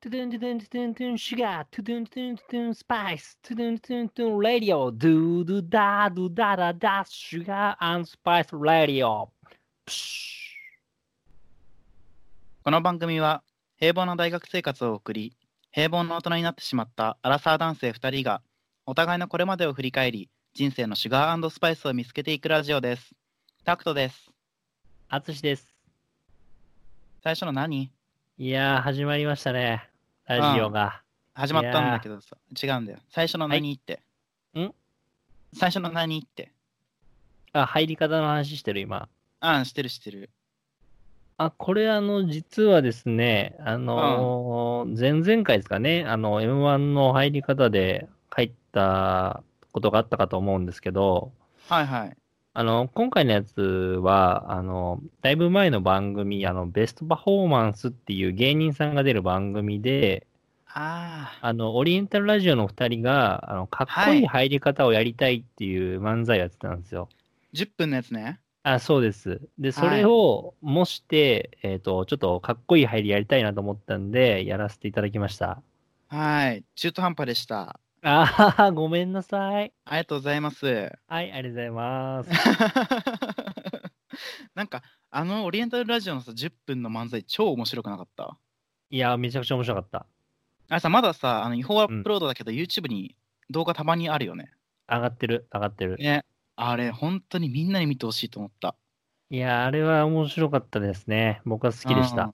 トゥドゥントゥドゥントゥドゥントゥンシュガー、トゥドゥントゥドゥントゥドゥンスパイス、トゥドゥントゥドゥントゥンレディオ、ドゥドゥダドゥダダダ、シュガーアンスパイスレディオ。プシこの番組は平凡な大学生活を送り平凡な大人になってしまったアラサー男性2人がお互いのこれまでを振り返り人生のシュガースパイスを見つけていくラジオですタクトですュアツシです。最初の何いやー、始まりましたね。ラジオが。始まったんだけどさ違うんだよ最初の何って、はいん最初の何ってあ、入り方の話してる、今。あんしてるしてるあ、これ、あの、実はですね、あのー前々回ですかね、あの、M1 の入り方で入ったことがあったかと思うんですけど、はいはいあの、今回のやつは、あの、だいぶ前の番組、あの、ベストパフォーマンスっていう芸人さんが出る番組で、ああの、オリエンタルラジオの二人が、あの、かっこいはいい入り方をやりたいっていう漫才をやってたんですよ。ー10分のやつねあ、そうです。で、そはれいを模して、えっと、ちょっとかっこいい入りやりたいなと思ったんで、やらせていただきました。はい中途半端でしたああ、ごめんなさい。ありがとうございますはい、ありがとうございます。 なんかあのオリエンタルラジオのさ10分の漫才超面白くなかったいや、めちゃくちゃ面白かった。あれさ、まださ、あの違法アップロードだけど、YouTube に動画たまにあるよね。上がってる、上がってる。ね。あれ、本当にみんなに見てほしいと思った。いや、あれは面白かったですね。僕は好きでしうんた。。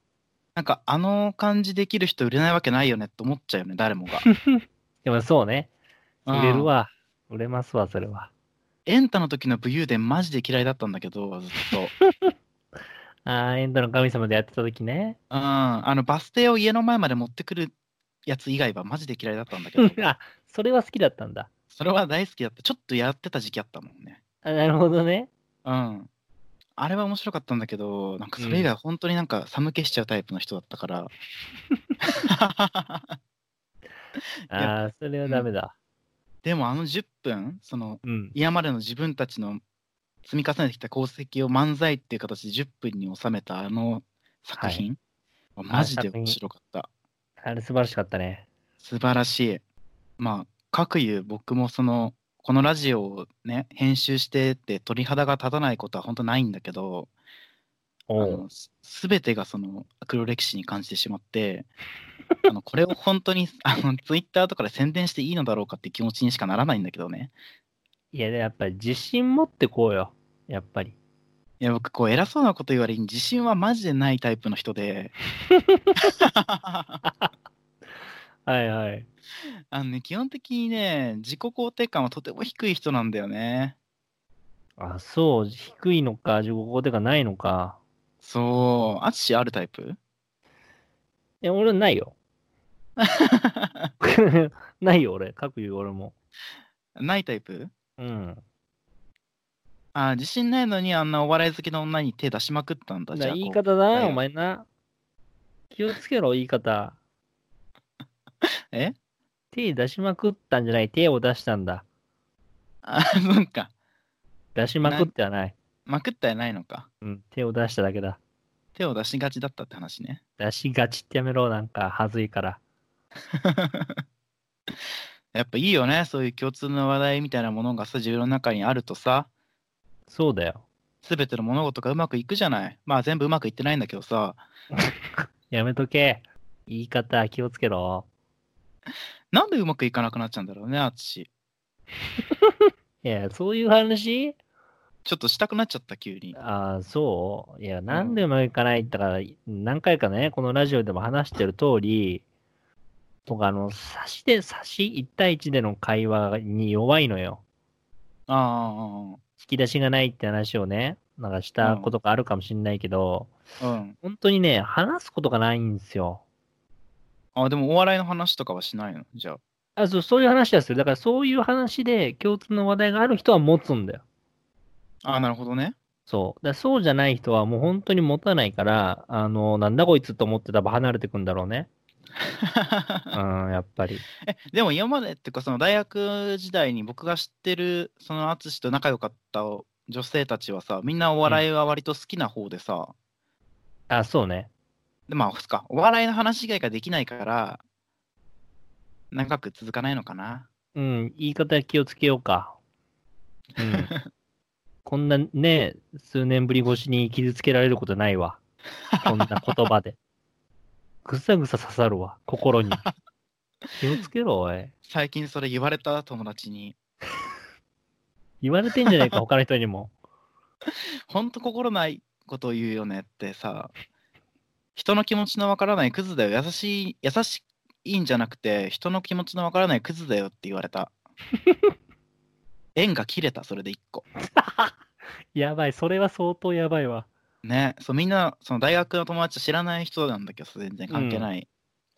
なんか、あの感じできる人売れないわけないよねって思っちゃうよね、誰 もが。でもそうね、売れるうん。わ。売れますわ、それは。エンタの時の武勇伝マジで嫌いだったんだけど、ずっと。うん。ああ、エンドの神様でやってた時ね。 あの、バス停を家の前まで持ってくるやつ以外はマジで嫌いだったんだけ ど、あ、それは好きだったんだ。それは大好きだった。ちょっとやってた時期あったもんね。あなるほどね。うん。あれは面白かったんだけど、なんかそれ以外本当になんか寒気しちゃうタイプの人だったから。 ああ、それはダメだ。でもあの10分、そのうん。今までの自分たちの積み重ねてきた功績を漫才っていう形で10分に収めたあの作品、マジで面白かった。あれ素晴らしかったね。素晴らしい。まあ、各有僕もその、このラジオをね、編集してって鳥肌が立たないことは本当ないんだけど、あおうのす全てがその黒歴史に感じてしまって あのこれを本当にあのツイッターとかで宣伝していいのだろうかって気持ちにしかならないんだけどねいや、でやっぱり自信持ってこうよ。やっぱり。いや僕こう偉そうなこと言われに自信はマジでないタイプの 人であはいはい。の、ね、基本的にね自己肯定感はとても低い人なんだよねあ、そう。低いのか、自己肯定がないのか。そう淳あるタイプ え、俺ないよ。 ないよ、俺。各言う俺も。ないタイプうん。あ自信ないのにあんなお笑い好きの女に手出しまくったんだだじゃあこう言い方だないな、よお前な。気をつけろ、言い方。え 手出しまくったんじゃない、手を出したんだ。あなんか出しまくってはない。まくったやないのかうん、手を出しただけだ。手を出しがちだったって話ね。出しがちってやめろ、なんか、はずいから。やっぱいいよね、そういう共通の話題みたいなものがさ、自分の中にあるとさ、そうだよ。すべての物事がうまくいくじゃない。まあ全部うまくいってないんだけどさ、やめとけ。言い方、気をつけろ。なんでうまくいかなくなっちゃうんだろうね、あつし。いや、そういう話ちょっとしたくなっちゃった、急に。ああ、そういや、なんでもいかないって、だから、何回かね、このラジオでも話してる通り、僕、あの、差しで、差し、1対1での会話に弱いのよ。ああ引き出しがないって話をね、なんかしたことがあるかもしんないけど、ああ、うん。本当にね、話すことがないんですよ。あでもお笑いの話とかはしないのじゃあ。あそう、そういう話はする。だから、そういう話で共通の話題がある人は持つんだよ。ああ、なるほどね。 そう。だからそうじゃない人はもう本当に持たないから、あの、なんだこいつと思ってたら離れてくんだろうね。うん、やっぱり。えでも今までっていうかその大学時代に僕が知ってるその淳と仲良かった女性たちはさみんなお笑いは割と好きな方でさ、あ、そうね。でまあ、そっか、お笑いの話以外ができないから、長く続かないのかな。うん、言い方気をつけようか。 うん。こんなね、数年ぶり越しに傷つけられることないわ。こんな言葉で。ぐさぐさ刺さるわ、心に。気をつけろ、おい。最近それ言われた友達に、言われてんじゃないか、他の人にも。 ほんと心ないことを言うよねってさ、人の気持ちのわからないクズだよ。優しい、優しいんじゃなくて、人の気持ちのわからないクズだよって言われた。縁が切れた、それで一個。やばい、それは相当やばいわ。ね、そうみんなその大学の友達知らない人なんだけどさ全然関係ない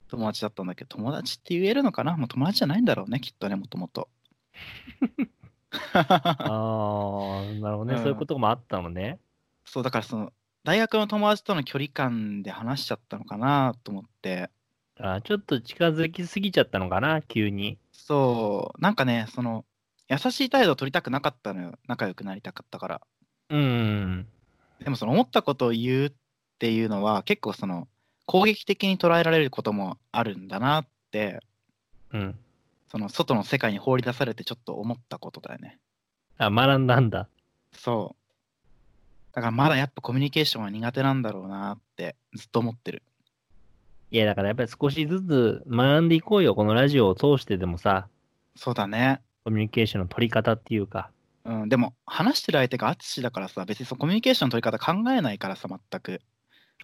友達だったんだけど、友達って言えるのかなもう友達じゃないんだろうねきっとねもともとああ、なるほどね、うんそういうこともあったのね。そうだからその大学の友達との距離感で話しちゃったのかなと思ってあーちょっと近づきすぎちゃったのかな、急に。そうなんかねその優しい態度を取りたくなかったのよ仲良くなりたかったからうん。でもその思ったことを言うっていうのは結構その攻撃的に捉えられることもあるんだなってうん。その外の世界に放り出されてちょっと思ったことだよね。あ、学んだんだ。そう。だからまだやっぱコミュニケーションは苦手なんだろうなってずっと思ってる。いや、だからやっぱり少しずつ学んでいこうよ、このラジオを通してでもさ、そうだね。コミュニケーションの取り方っていうか。うん、でも話してる相手が淳だからさ、別にそのコミュニケーションの取り方考えないからさ、全く。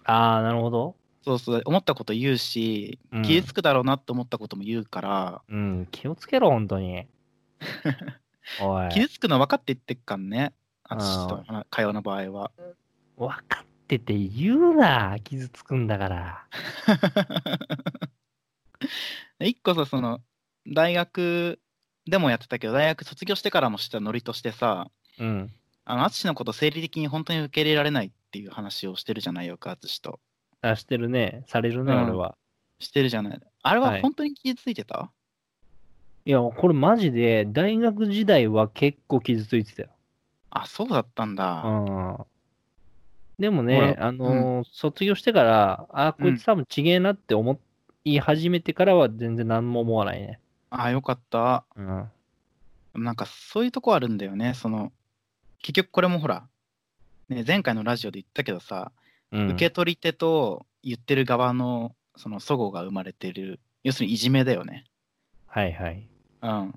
ああ、なるほど。そうそう、思ったこと言うし、うん気づくだろうなって思ったことも言うから、うん、気をつけろ、本当 に。おい。傷つくの分かって言ってっからね、淳との会話の場合は。分かってて言うな、傷つくんだから。 一個さその大学でもやってたけど大学卒業してからもしてたノリとしてさうん。あの淳のこと生理的に本当に受け入れられないっていう話をしてるじゃないよく淳とあ、してるね。されるね、うん俺は。してるじゃないあれははい本当に傷ついてた、いや、これマジで、大学時代は結構傷ついてたよ。あそうだったんだ、うん。でもほね、らあのー卒業してから、あ、こいつ多分ちげえなって思い始めてからは全然何も思わないね。あよかったうん。なんかそういうとこあるんだよねその結局これもほら、ね、前回のラジオで言ったけどさ、うん、受け取り手と言ってる側のその齟齬が生まれてる要するにいじめだよねはいはい。うん。やっ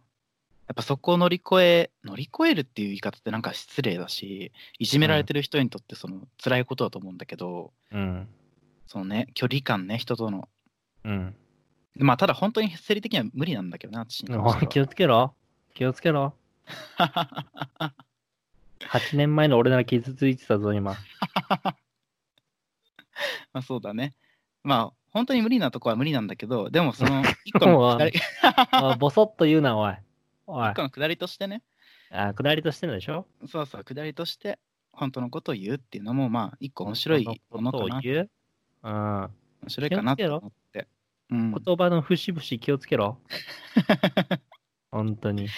ぱそこを乗り越え、乗り越えるっていう言い方ってなんか失礼だし、いじめられてる人にとってその辛いことだと思うんだけど、うん。そのね、距離感ね、人との。うん。でまあ、ただ本当に生理的には無理なんだけどな、私に関おいして気をつけろ。気をつけろ。は8年前の俺なら傷ついてたぞ、 今。 まあそうだね。まあ、本当に無理なとこは無理なんだけど、でも その一個の下り 一あボソッと言うな、おい。おい個。の下りとしてね、あ、下りとしてんでしょそうそう、下りとして、本当のことを言うっていうのも、まあ、一個面白いものことかをな。言う。うん。面白いかなと思って。うん言葉の節々気をつけ ろ。本当に。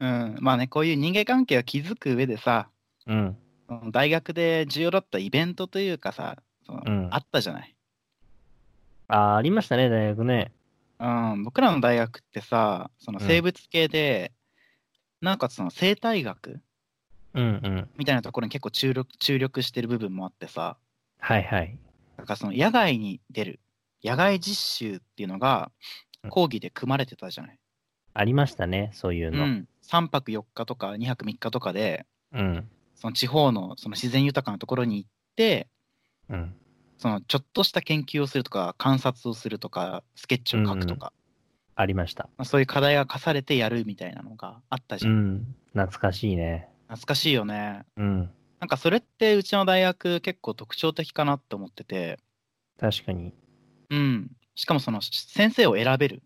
うん、まあねこういう人間関係を築く上でさうん。その大学で重要だったイベントというかさその、うんあったじゃない、あ、ありましたね、大学ね。うん、僕らの大学ってさそのうん生物系で、なんかその生態学うんうん。みたいなところに結構注力注力してる部分もあってさはいはい。なんかその野外に出る野外実習っていうのがうん講義で組まれてたじゃない、ありましたね、そういううの。ん、3泊4日とか2泊3日とかでうん。その地方のその自然豊かなところに行ってうん。そのちょっとした研究をするとか観察をするとかスケッチを書くとか、ありました。まあ、そういう課題が課されてやるみたいなのがあったじうゃん、ん。懐かしいね。懐かしいよねうん。なんかそれってうちの大学結構特徴的かなって思ってて確かに。うんしかもその先生を選べる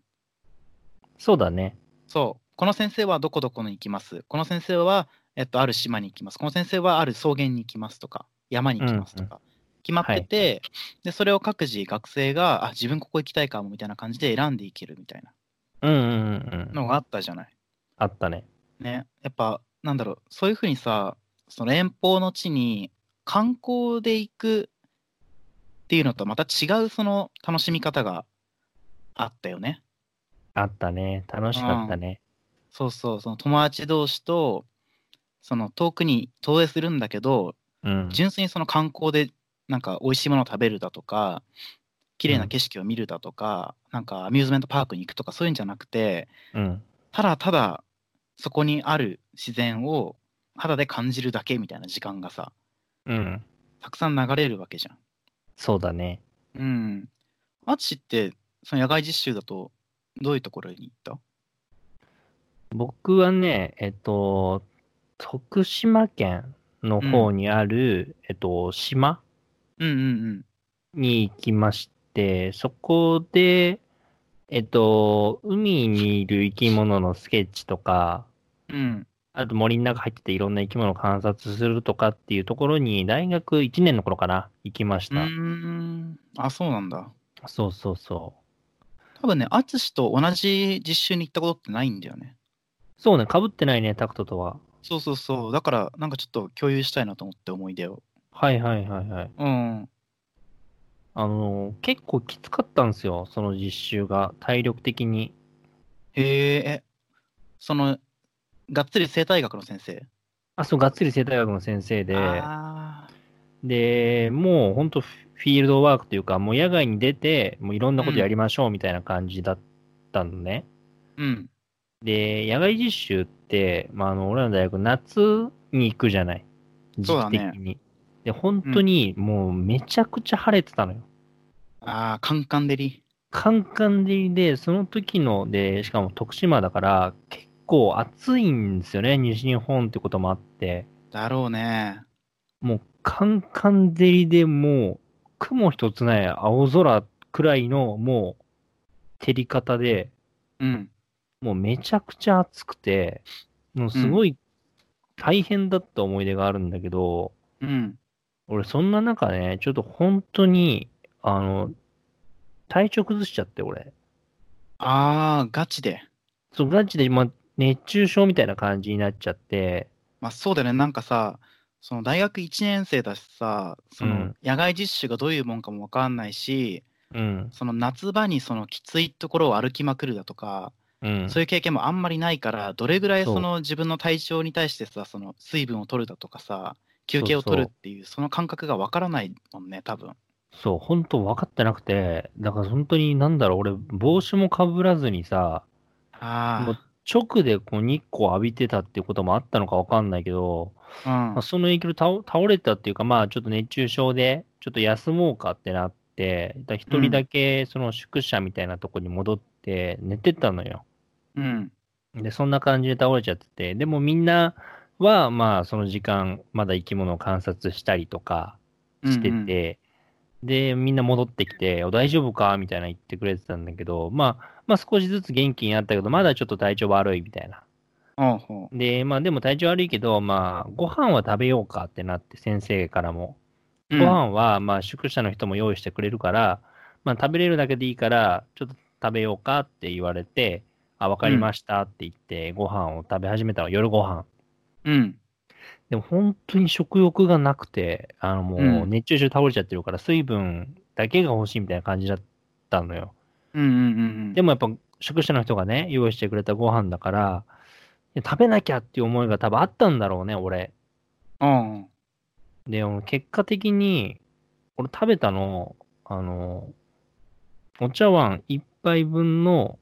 そうだね。そうこの先生はどこどこに行きますこの先生は、えっと、ある島に行きますこの先生はある草原に行きますとか山に行きますとか、決まってて、でそれを各自学生があ自分ここ行きたいかもみたいな感じで選んでいけるみたいなうんうんうんうん。のがあったじゃないあったね。ね、やっぱなんだろうそういうふうにさその遠方の地に観光で行くっていうのとまた違うその楽しみ方があったよね。あったね。楽しかったね。そうそう、その友達同士と、その遠くに投影するんだけど、うん。純粋にその観光でなんか美味しいものを食べるだとか綺麗な景色を見るだとか、なんかアミューズメントパークに行くとかそういうんじゃなくてうん。ただただそこにある自然を肌で感じるだけみたいな時間がさうん。たくさん流れるわけじゃん。そうだね。うん。アッチってその野外実習だとどういうところに行った僕はね、えっと、徳島県の方にある、えっと、島うんうんに行きまして、そこで、えっと、海にいる生き物のスケッチとか、うん。うん。あと森の中入ってていろんな生き物を観察するとかっていうところに大学1年の頃かな、行きましうーた。ん。あ、そうなんだ。そうそうそう。多分ね、アツシと同じ実習に行ったことってないんだよね。そうね、被ってないね、タクトとは。そうそうそう。だから、なんかちょっと共有したいなと思って思い出を。はいはいはいはい。うん。あの、結構きつかったんですよ、その実習が、体力的に。へえ、えその、がっつり生態学の先生。あ、そう、がっつり生態学の先生で、ああ。で、もう本当フィールドワークというか、もう野外に出て、もういろんなことやりましょうみたいな感じだったのね。うん。で、野外実習って、まあ、あの、俺らの大学、夏に行くじゃない。時そうだ期ね的に。で、本当にもうめちゃくちゃ晴れてたのよ。ああ、カンカン照り。カンカン照りで、その時の、で、しかも徳島だから、結構暑いんですよね、西日本ってこともあって。だろうね。もう、カンカン照りでもう、雲一つない青空くらいの、もう、照り方で、うん。もうめちゃくちゃ暑くて、もうすごい大変だった思い出があるんだけど、うん。俺そんな中ね、ちょっと本当に、あの、体調崩しちゃって、俺。ああ、ガチで。そう、ガチで今、熱中症みたいな感じになっちゃって、まあそうだよね。なんかさ、その大学1年生だしさ、そうのん野外実習がどういうもんかもわかんないし、うん、その夏場にそのきついところを歩きまくるだとか、うん。そういう経験もあんまりないから、どれぐらいそうその自分の体調に対してさ、その水分を取るだとかさ、休憩を取るっていう、その感覚がわからないもんね、多分。そう、本当分かってなくて、だから本当になんだろう、俺、帽子もかぶらずにさ、もうあ直でこう日光浴びてたっていうこともあったのか分かんないけど、あ、まあ、その影響で倒倒れたっていうか、まあちょっと熱中症で、ちょっと休もうかってなって、だから一人だけその宿舎みたいなとこに戻って寝てたのよ。うん。うん。で、そんな感じで倒れちゃってて、でもみんなは、まあその時間、まだ生き物を観察したりとかしてうんうんて、で、みんな戻ってきて、お大丈夫かみたいな言ってくれてたんだけど、まあ、まあ少しずつ元気になったけど、まだちょっと体調悪いみたいな。ほうほで、まあでも体調悪いけど、まあご飯は食べようかってなって、先生からも。う。ご飯はまあ宿舎の人も用意してくれるから、まあ食べれるだけでいいから、ちょっと食べようかって言われて、あ、わかりましたって言って、ご飯を食べ始めたの、夜ご飯。うん。うん。でも本当に食欲がなくて、あのもううん熱中症で倒れちゃってるから、水分だけが欲しいみたいな感じだったのよ。うんうんうん。でも、もやっぱ宿舎の人がね、用意してくれたご飯だから、いや食べなきゃっていう思いが多分あったんだろうね、俺。うん。で、俺結果的に、俺食べたの、あの、お茶碗一杯分の、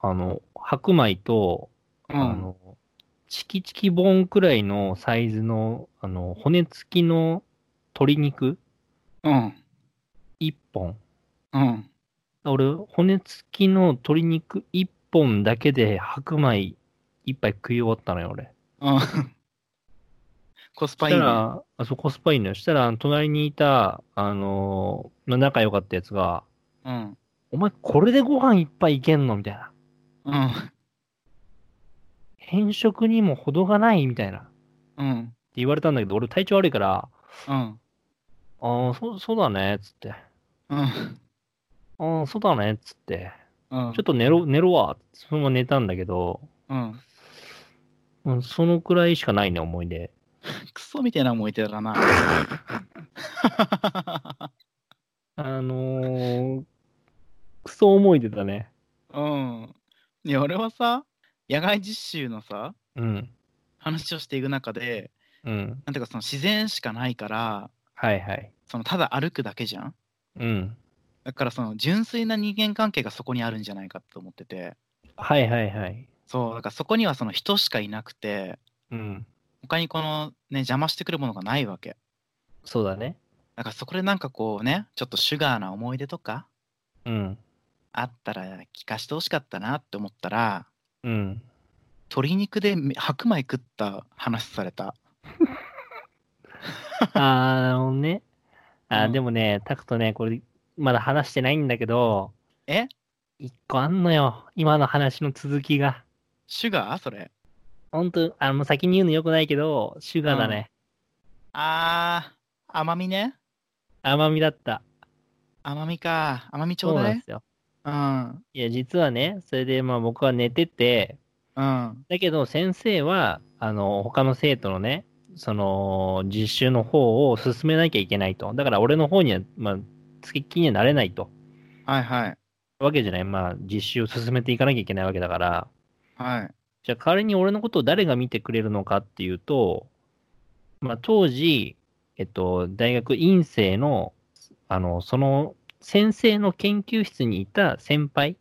あの、白米と、うあん。の、チキチキボーンくらいのサイズの、あの、骨付きの鶏肉うん。一本。うん。俺、骨付きの鶏肉一本だけで白米一杯食い終わったのよ、俺。うん。コスそパしいいたね。ら、あそこコスパいいのよ。したら、隣にいた、あのーまあ仲良かったやつが、うん。お前これでご飯一杯いけんのみたいな。うん。偏食にも程がないみたいな。ってうん。言われたんだけど、俺体調悪いから、うん。ああ、そう、そうだね、つって。うん。ああ、そうだね、つって。うん。ちょっと寝ろ、寝ろわ。そのまま寝たんだけど、うん。うんそのくらいしかないね、思い出。クソみたいな思い出だな。あのー、クソ思い出だね。うん。いや、俺はさ、野外実習のさ、うん。話をしていく中で、うん。なんていうかその自然しかないから、はいはい。そのただ歩くだけじゃんうん。だからその純粋な人間関係がそこにあるんじゃないかと思ってて、はいはいはい。そう、だからそこにはその人しかいなくて、うん。他にこのね、邪魔してくるものがないわけ。そうだね。だからそこでなんかこうね、ちょっとシュガーな思い出とかうん。あったら聞かしてほしかったなって思ったら、うん。鶏肉で白米食った話された。あー、なるほどね。あー、うんでもね、タクトね、これ、まだ話してないんだけど、え一個あんのよ。今の話の続きが。シュガーそれ。ほんと、あの、先に言うのよくないけど、シュガーだね。あー、甘みね。甘みだった。甘みか。甘みちそょううなだんいですよ。うん。いや、実はね、それで、まあ僕は寝てて、うん。だけど先生は、あの、他の生徒のね、その、実習の方を進めなきゃいけないと。だから俺の方には、まあ、付きっきりにはなれないと。はいはい。わけじゃない。まあ、実習を進めていかなきゃいけないわけだから。はい。じゃあ代わりに俺のことを誰が見てくれるのかっていうと、まあ、当時、えっと、大学院生の、あの、その先生の研究室にいた先輩、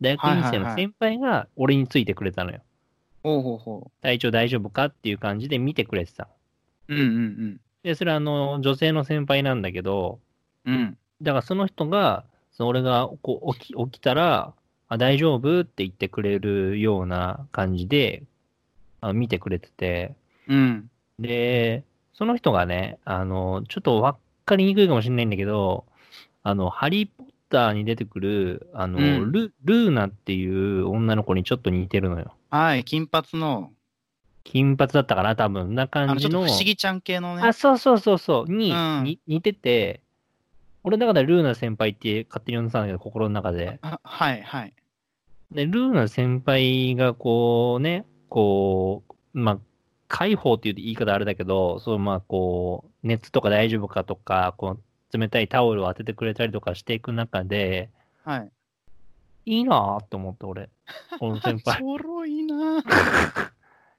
大学院生の先輩が俺についてくれたのよ。ほうほうほ体調大丈夫かっていう感じで見てくれてたの。う。うんうんで、それあの、女性の先輩なんだけど、うん。うん。だからその人が、その俺がこう起き起きたら、あ大丈夫って言ってくれるような感じで、あ見てくれてて、うん。で、その人がね、あの、ちょっとわかりにくいかもしれないんだけど、あの、ハリー・ポッターに出てくる、あの、うんルルーナっていう女の子にちょっと似てるのよ。はい。金髪の、金髪だったかな、多分。なあ感の、ちじょっとの。不思議ちゃん系のねあ、。そうそうそうそう、に、うんに似てて、俺の中ではルーナ先輩って勝手に呼んでたんだけど、心の中で。あはいはい。で、ルーナ先輩がこうね、こう、まあ、解放っていう言い方あれだけど、そう、まあこう、熱とか大丈夫かとか、こう、冷たいタオルを当ててくれたりとかしていく中で、はい。いいなぁと思って、俺。この先輩 ち。ょろいな。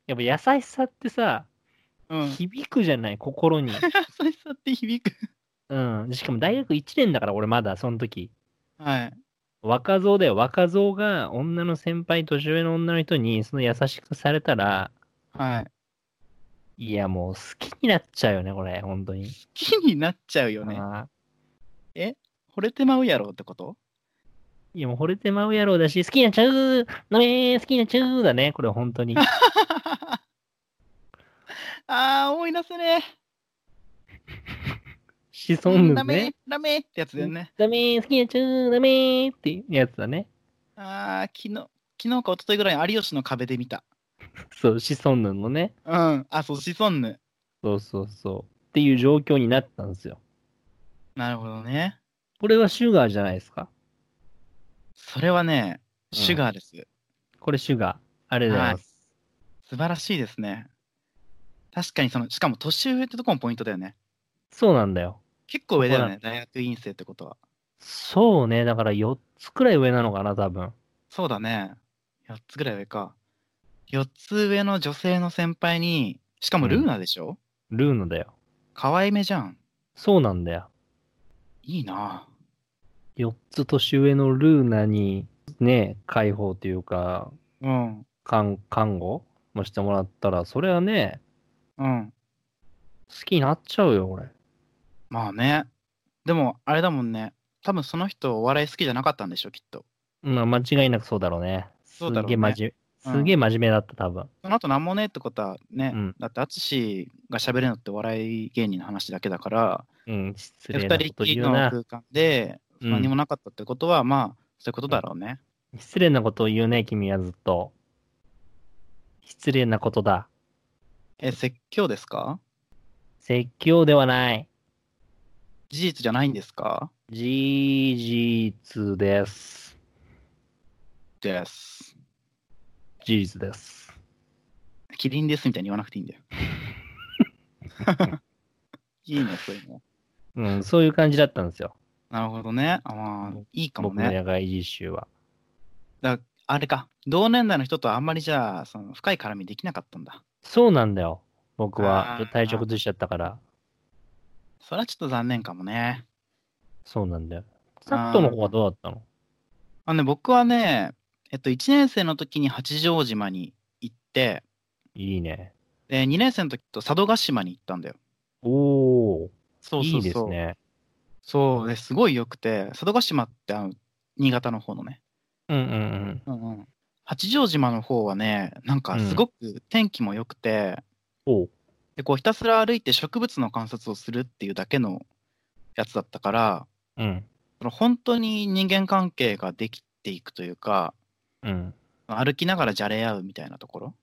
やっぱ優しさってさ、うん。優し響くじゃない、心に。さって響く。うん。しかも大学1年だから、俺まだ、その時。はい。若造だよ。若造が女の先輩、年上の女の人にその優しくされたら、はい。いやもう好きになっちゃうよね、これ、本当に。気になっちゃうよね。あー惚れてまうやろってこといやもう惚れてまうやろうだし、好きになっちゃうのめー好きになっちゃうだね、これ本 当に。あー、思い出せね子え。孫ダですメね。、ダメってやつだよね。ダメー好きになっちゃうダメーってやつだね。あー、昨日、昨日か一昨日ぐらいに有吉の壁で見た。そう、子孫ヌのね。うん。あ、そう、シソンヌ。そうそうそう。っていう状況になったんですよ。なるほどね。これはシュガーじゃないですか。それはね、うんシュガーです。これシュガー。ありがとうございます。素晴らしいですね。確かにその、しかも年上ってとこもポイントだよね。そうなんだよ。結構上だよそね、大学院生ってことは。そうね。だから4つくらい上なのかな、多分。そうだね。4つぐらい上か。4つ上の女性の先輩に、しかもルーナでしょ、ルーナだよ。可愛めじゃん。そうなんだよ。いいな4つ年上のルーナに、ね、解放というか、うん。看看護もしてもらったら、それはね、うん。好きになっちゃうよ、俺。まあね。でも、あれだもんね。多分その人お笑い好きじゃなかったんでしょ、きっと。まあ、間違いなくそうだろうね。すそうだろうげえね真面目。うんすげえ真面目だった、多分。その後なんもねえってことはね、うんだって淳が喋るのってお笑い芸人の話だけだから、うん、失で礼二な人ことっきり言うのな。空間でうん何もなかったってことは、まあそういうことだろうね。失礼なことを言うね、君はずっと。失礼なことだ。え説教ですか説教ではない。事実じゃないんですか事実です。です。事実です。キリンですみたいに言わなくていいん だよ。いいねそういうの。うん、そういう感じだったんですよ。なるほどね。あまあ、いいかも僕のね。野外実習は。あれか、同年代の人とあんまりじゃあ、その深い絡みできなかったんだ。そうなんだよ。僕あはー退職ずしちゃったから。それはちょっと残念かもね。そうなんだよ。サットの方はどうだったのあのね、僕はね、えっと、1年生の時に八丈島に行って、いいね。で2年生の時と佐渡島に行ったんだよ。おー、そいいですね。そうですごい良くて、佐渡島ってあの新潟の方のね、うんうんうん。八丈島の方はね、なんかすごく天気も良くて、おうでこうひたすら歩いて植物の観察をするっていうだけのやつだったから、うん。その本当に人間関係ができていくというか、うん。歩きながらじゃれ合うみたいなところ、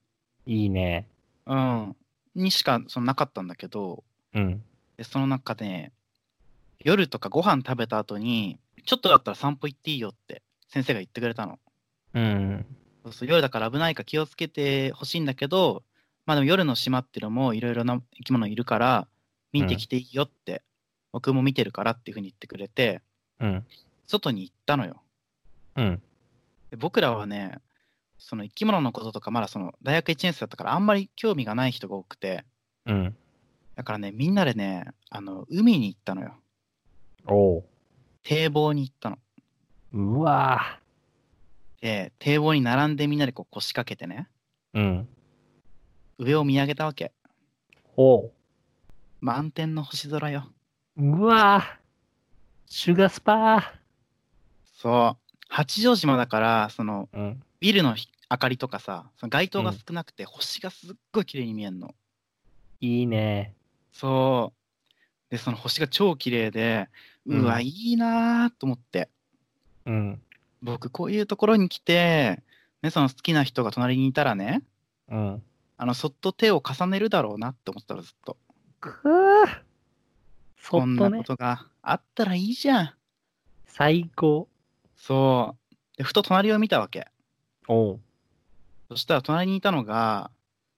いいね。うん、にしかそのなかったんだけど、うん。でその中で夜とかご飯食べた後にちょっとだったら散歩行っていいよって先生が言ってくれたのうん。そうそう夜だから危ないから気をつけてほしいんだけどまあでも夜の島っていうのもいろいろな生き物いるから見てきていいよって、僕も見てるからっていうふうに言ってくれてうん。外に行ったのようん。で僕らはねその生き物のこととかまだその大学1年生だったからあんまり興味がない人が多くてうん。だからねみんなでねあの海に行ったのよおう。堤防に行ったのうわで堤防に並んでみんなでこう腰掛けてねーうん。上を見上げたわけおう。満天の星空ようわーシュガースパそう八丈島だからそのー。うん。ビルのひ明かりとかさその街灯が少なくて、星がすっごい綺麗に見えるのいいね。そうでその星が超綺麗でうわ、うんいいなーと思ってうん。僕こういうところに来て、ね、その好きな人が隣にいたらねうん。あのそっと手を重ねるだろうなって思ってたらずっとくーそこんっとなこね。とがあったらいいじゃん最高。そうでふと隣を見たわけおう。そしたら隣にいたのが、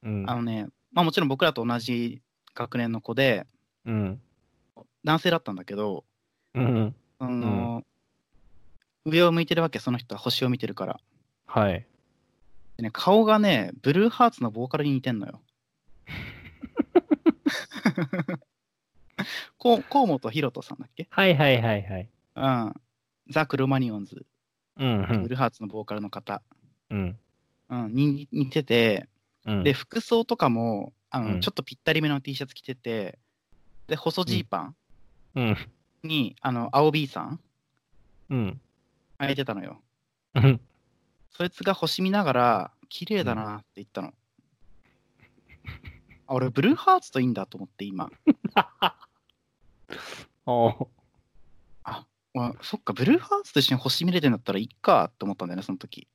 うんあ。のね、まあもちろん僕らと同じ学年の子で、うん。男性だったんだけど、うん。あの上を向いてるわけ、その人は星を見てるから。はい。でね、顔がね、ブルーハーツのボーカルに似てんのよ。 こう河本ロ人さんだっけはいはいはいはい。うん。ザ・クロマニオンズ、うんうブん。ルーハーツのボーカルの方、うん。うん、に似てて、うんで、、服装とかも、あのうんちょっとぴったりめの T シャツ着てて、で、細ジーパン、うん。に、あの、青 B さん、うん。空いてたのよ。 うん。そいつが星見ながら、綺麗だなって言ったの。あ俺、ブルーハーツといいんだと思って、今。おう。あそっか、ブルーハーツと一緒に星見れてんだったらいいかって思ったんだよね、その時。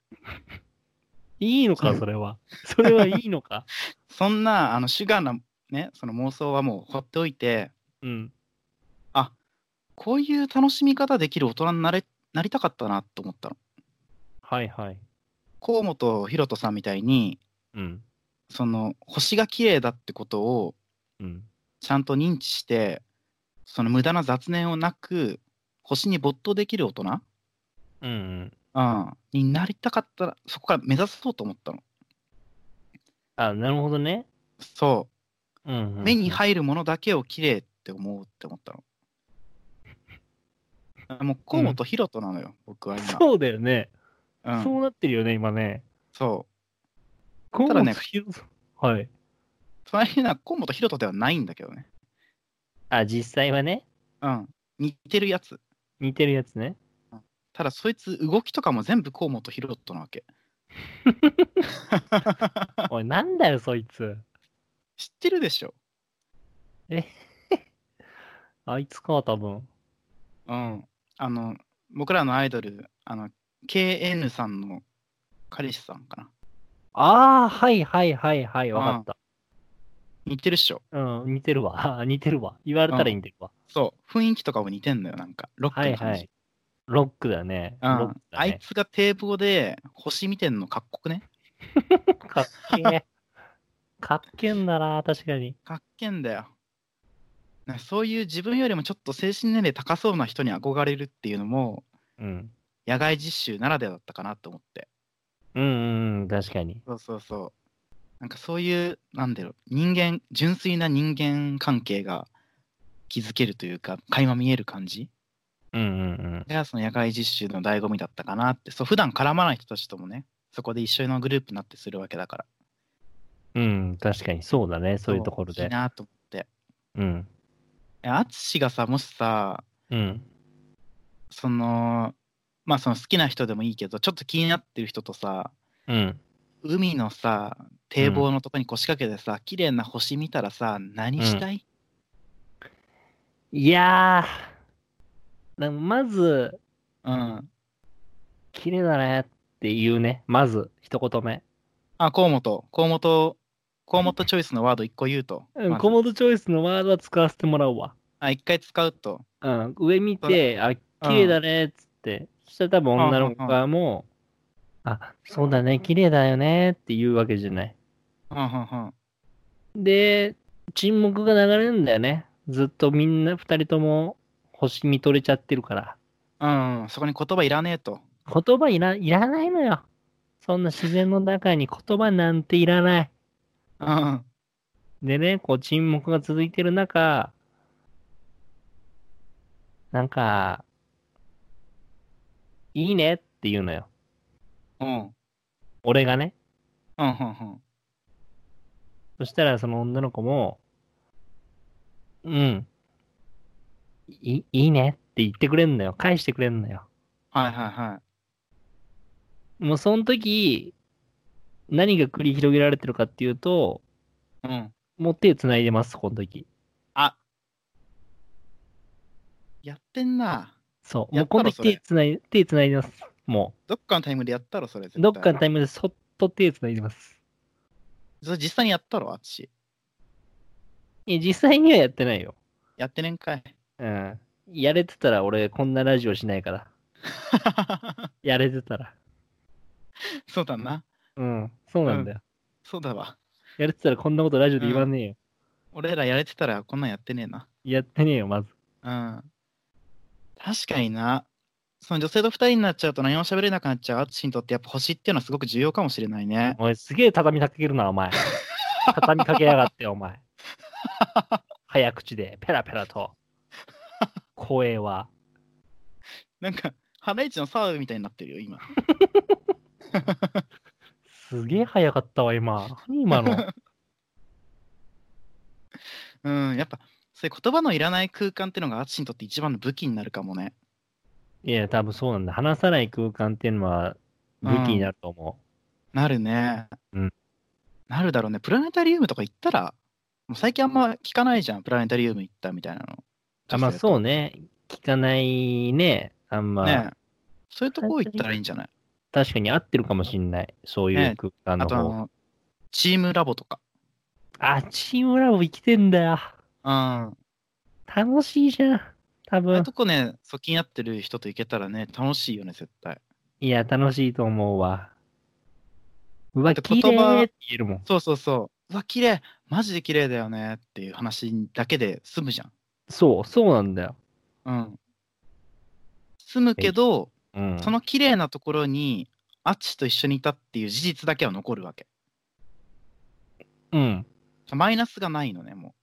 いいのか、それは。それはいいのか。そんな、あの、シュガーな、ね、その妄想はもう放っておいて、 うん。こういう楽しみ方できる大人になれなりたかったなと思ったの。はいはい。河本ロ人さんみたいに、うん。その、星が綺麗だってことを、うん。ちゃんと認知してその無駄な雑念をなく星に没頭できる大人、うんうん。うん、になりたかったらそこから目指そうと思ったのあ、なるほどね。そうん、う。うん目に入るものだけを綺麗って思うって思ったのもう河本ヒロトなのよ、僕は今、そうだよね、うん、そうそうなってるよね、今ね。ただね河本ひろはい。隣には河本ヒロトではないんだけどねあ、実際はね、うん似てるやつ似てるやつね。ただそいつ動きとかも全部河本ヒロトな わけおい、なんだよ、そいつ。知ってるでしょあいつか、多分。うん、あの僕らのアイドルあの KN さんの彼氏さんかなああ、はいはいはいはい、わかった。似てるっしょうん、似てるわ。あー 似てるわ。言われたら似てるわ。そう雰囲気とかも似てんのよなんかロッはクいの感はじい、。ロックだね。うロッんクだあいね。つが堤防で星見てんのかっこくねかっけえ。かっけえんだな、確かに。かっけえんだよなんかそういう自分よりもちょっと精神年齢高そうな人に憧れるっていうのもうん。野外実習ならではだったかなと思ってうんうんうん、確かに。そうそうそうなんかそういうなんだろう人間純粋な人間関係が築けるというか垣間見える感じうんうんがその野外実習の醍醐味だったかなってそう普段絡まない人たちともねそこで一緒のグループになってするわけだからうん。うん、確かにそうだね、そういうところいでい。なと思ってうん。淳がさもしさうん。そのまあその好きな人でもいいけどちょっと気になってる人とさうん。海のさ堤防のとこに腰掛けてさ、綺麗な星見たらさ何したい、いやー、なまず、うん綺麗だねっていうね、まず、一言目。あ河本河本河本チョイスのワード1個言うと、うん、まずコモドチョイスのワードは使わせてもらうわ。あ1回使うとうん、上見て、あ、綺麗だねっつって、そしたら多分女の子側も、あ、そうだね、綺麗だよねって言うわけじゃない。うんうんうんで、沈黙が流れるんだよね。ずっとみんな二人とも星見とれちゃってるから。うんうんそこに言葉いらねえと言葉いらいらないのよ。そんな自然の中に言葉なんていらない。うんうんでね、こう沈黙が続いてる中、なんか、いいねって言うのよ。うんうん俺がね。うんうんそしたらその女の子も、うん。いいいねって言ってくれんのよ。返してくれんのよ。はいはいはいもうその時、何が繰り広げられてるかっていうと、うん。もう手繋いでます、この時。あやってんな。そう。もやうっこたのろ時手繋い、手繋いでます。もどっかのタイムでやったろ、それ絶う。対。どっかのタイミングでそっと手繋いでます。それ実際にやったろ、私。いや、実際にはやってないよ。やってねんかい。 うん。やれてたら俺、こんなラジオしないから。やれてたら。そうだな。うん。そうなんだよ。そうだわ。やれてたらこんなことラジオで言わねえよ。俺らやれてたらこんなんやってねえな。やってねえよ、まず。うん。確かにな。その女性と二人になっちゃうと何も喋れなくなっちゃう淳にとってやっぱ星っていうのはすごく重要かもしれないね。おい、すげえ畳みかけるな、お 前。畳みかけやがって、お前。早口で、ペラペラと。声は。なんか、ハライチの澤部みたいになってるよ、今。すげえ早かったわ、今。何今 の。うん、やっぱ、そういう言葉のいらない空間っていうのが淳にとって一番の武器になるかもね。いや、多分そうなんだ。話さない空間っていうのは武器になると思なるね。うんなるだろうね。プラネタリウムとか行ったら、もう最近あんま聞かないじゃん。プラネタリウム行ったみたいなの。う。あまあ、そうね。ね。聞かないね。あんま、ねそういうとこ行ったらいいんじゃない確かに合ってるかもしんない。そういうね空間あのとあ方。の、チームラボとか。あ、チームラボ生きてんだよ。うん。あ楽しいじゃん。多あいう分。とこね、そう気になってる人と行けたらね、楽しいよね、絶対。いや、楽しいと思うわ。うわ、だって綺言葉麗って言えるもん。そうそうそう。うわ、綺麗マジで綺麗だよねっていう話だけで済むじゃん。そう、そうなんだよ。うん。済むけど、うん。その綺麗なところに、アッチと一緒にいたっていう事実だけは残るわけ。うん。マイナスがないのね、も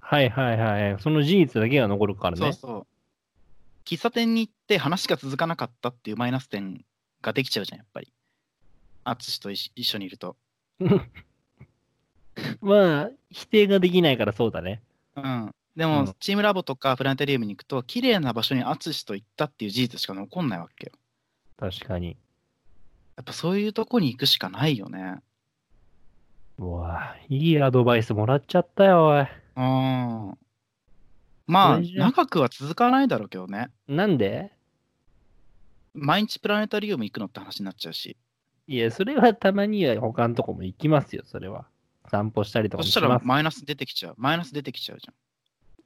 はいはいはい。その事実だけが残るからう。ね。そうそう。喫茶店に行って話が続かなかったっていうマイナス点ができちゃうじゃん、やっぱり。淳と一一緒にいると。 まあ、否定ができないからそうだね。うん。でうも、んチームラボとかプラネタリウムに行くと、綺麗な場所に淳と行ったっていう事実しか残んないわけよ。確かに。やっぱそういうとこに行くしかないよね。うわいいアドバイスもらっちゃったよ、おい。うん。まあ、それじゃ長くは続かないだろうけどね。なんで毎日プラネタリウム行くのって話になっちゃうし。いや、それはたまには他のとこも行きますよ、それは。散歩したりとかそもししたまらす。マイナス出てきちゃう。マイナス出てきちゃうじ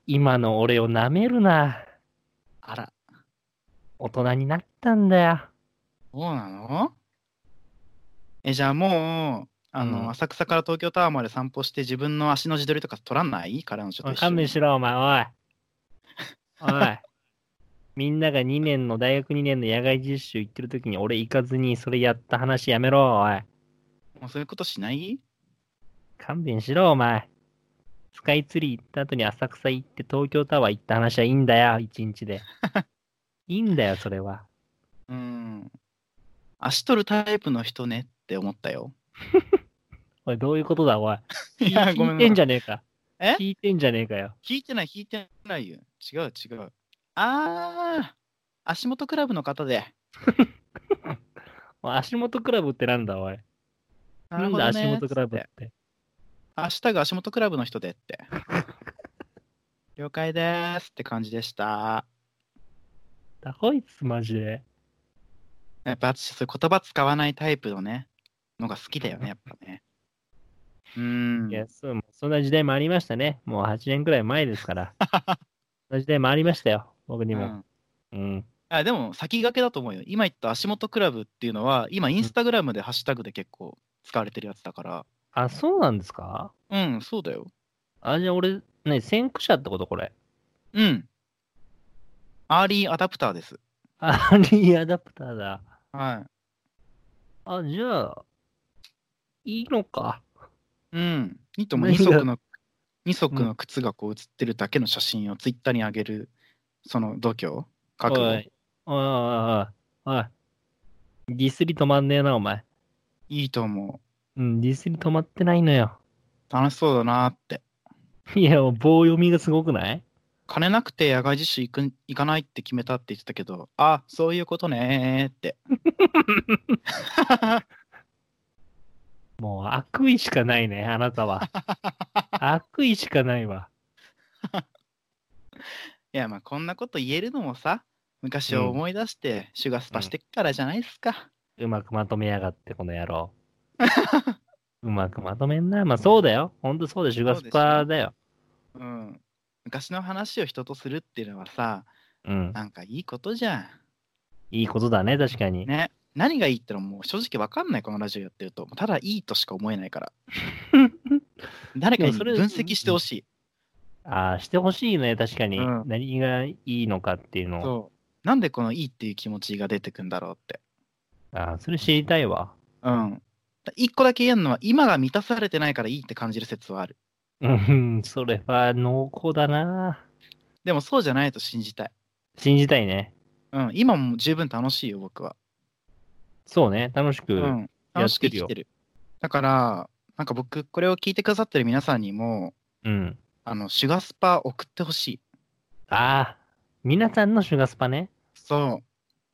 今の俺を舐めるな。ゃん。あら。大人になったんだよ。そうなのえ、じゃあもう、あの、うん浅草から東京タワーまで散歩して自分の足の自撮りとか撮らない彼女と一緒おいに勘弁しろ、お前、おい。お い。みんなが2年の、大学2年の野外実習行ってる時に俺行かずにそれやった話やめろ、おい。もうそういうことしない勘弁しろ、お前。スカイツリー行った後に浅草行って東京タワー行った話はいいんだよ、一日 で。いいんだよ、それは。うん。足取るタイプの人ねって思ったよ。おい、どういうことだ、お い。い聞いてんじゃねえか。え聞いてんじゃねえかよ。聞いてない、聞いてないよ。違う、違う。あー、足元クラブの方で。おい足元クラブってなんだ、おい。ななるほどんだ、足ね元クラブつっってて。ハッシュタグ足元クラブの人でって。了解ですって感じでした。だこいつ、マジで。やっぱ私、そういう言葉使わないタイプのね、のが好きだ よね、やっぱね。うーんい。や、そう、そんな時代もありましたね。もう8年くらい前ですから。そんな時代もありましたよ、僕にうも。んうん。あでも先駆けだと思うよ。今言った足元クラブっていうのは、今インスタグラムでハッシュタグで結構使われてるやつだから。あ、そうなんですかうん、そうだよ。あ、じゃあ俺、ね、先駆者ってことこれ。うん。アーリーアダプターです。あ、アーリーアダプターだ。はあ、じゃあ、いいのか。い。うん。ニトも二何が足の、二足の靴がこう写ってるだけの写真をツイッターに上げる、その度胸覚お悟い。おいおいおいおい。ディスり止まんねえな、お前。いいと思うん、ディスり止まってないのよ。 う。楽しそうだなって。いや、もう棒読みがすごくない金なくて野外実習行く行かないって決めたって言ってたけど、あ、そういうことねーって。 もう悪意しかないね、あなたは。悪意しかないわ。いやまあこんなこと言えるのもさ昔を思い出してシュガスパしてっからじゃないですか、うまくまとめやがって、この野 郎。うまくまとめんな。まあそうだよ。ほんとそうだよ、シュガースパだよ。うん昔の話を人とするっていうのはさうん。なんかいいことじゃいいことだね、確かに。んね何がいいってのももう正直わかんないこのラジオやってるとただいいとしか思えないから誰かでにもそれ分析してほしああ、してほしいね、確かに。うん何がいいのかっていうい、のを。そうなんでこのいいっていう気持ちが出てくんだろうってああ、それ知りたいわ。うんだ一個だけ言えるのは今が満たされてないからいいって感じる説はあるうん、それは濃厚だな。でもそうじゃないと信じたい信じたいね。うん今も十分楽しいよ僕はそうね、楽しく。うん、や楽っしてくる生よきてる。だから、なんか僕、これを聞いてくださってる皆さんにも、うんあの、シュガスパ送ってほしい。ああ、皆さんのシュガスパね。そう。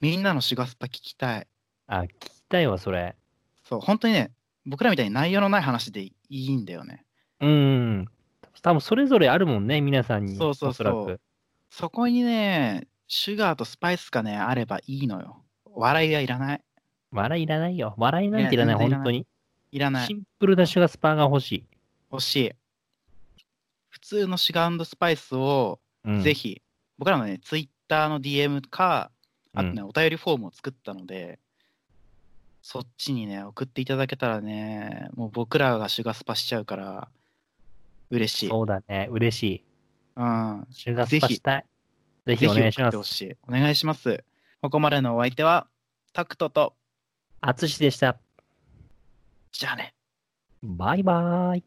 みんなのシュガスパ聞きたい。あ聞きたいわ、それ。そう、本当にね、僕らみたいに内容のない話でいいんだよね。うん。多分それぞれあるもんね、皆さんに。そうそうそうおそらく。そこにね、シュガーとスパイスがね、あればいいのよ。笑いはいらない。笑いいらないよ。笑いなんていらない、いや全然本当に。いらなシい。ンプルなシュガスパが欲しい。欲しい。普通のシュガースパイスを、うん、ぜひ、僕らのね、ツイッターの DM か、うあん、とね、お便りフォームを作ったので、そっちにね、送っていただけたらね、もう僕らがシュガスパしちゃうから、嬉しい。そうだね、嬉しい。うん。シュガスパぜひしたい。ぜひぜひお送願いっしまてすほ。しい。お願いします。ここまでのお相手は、タクトと、あつしでした。じゃあね。バイバーイ。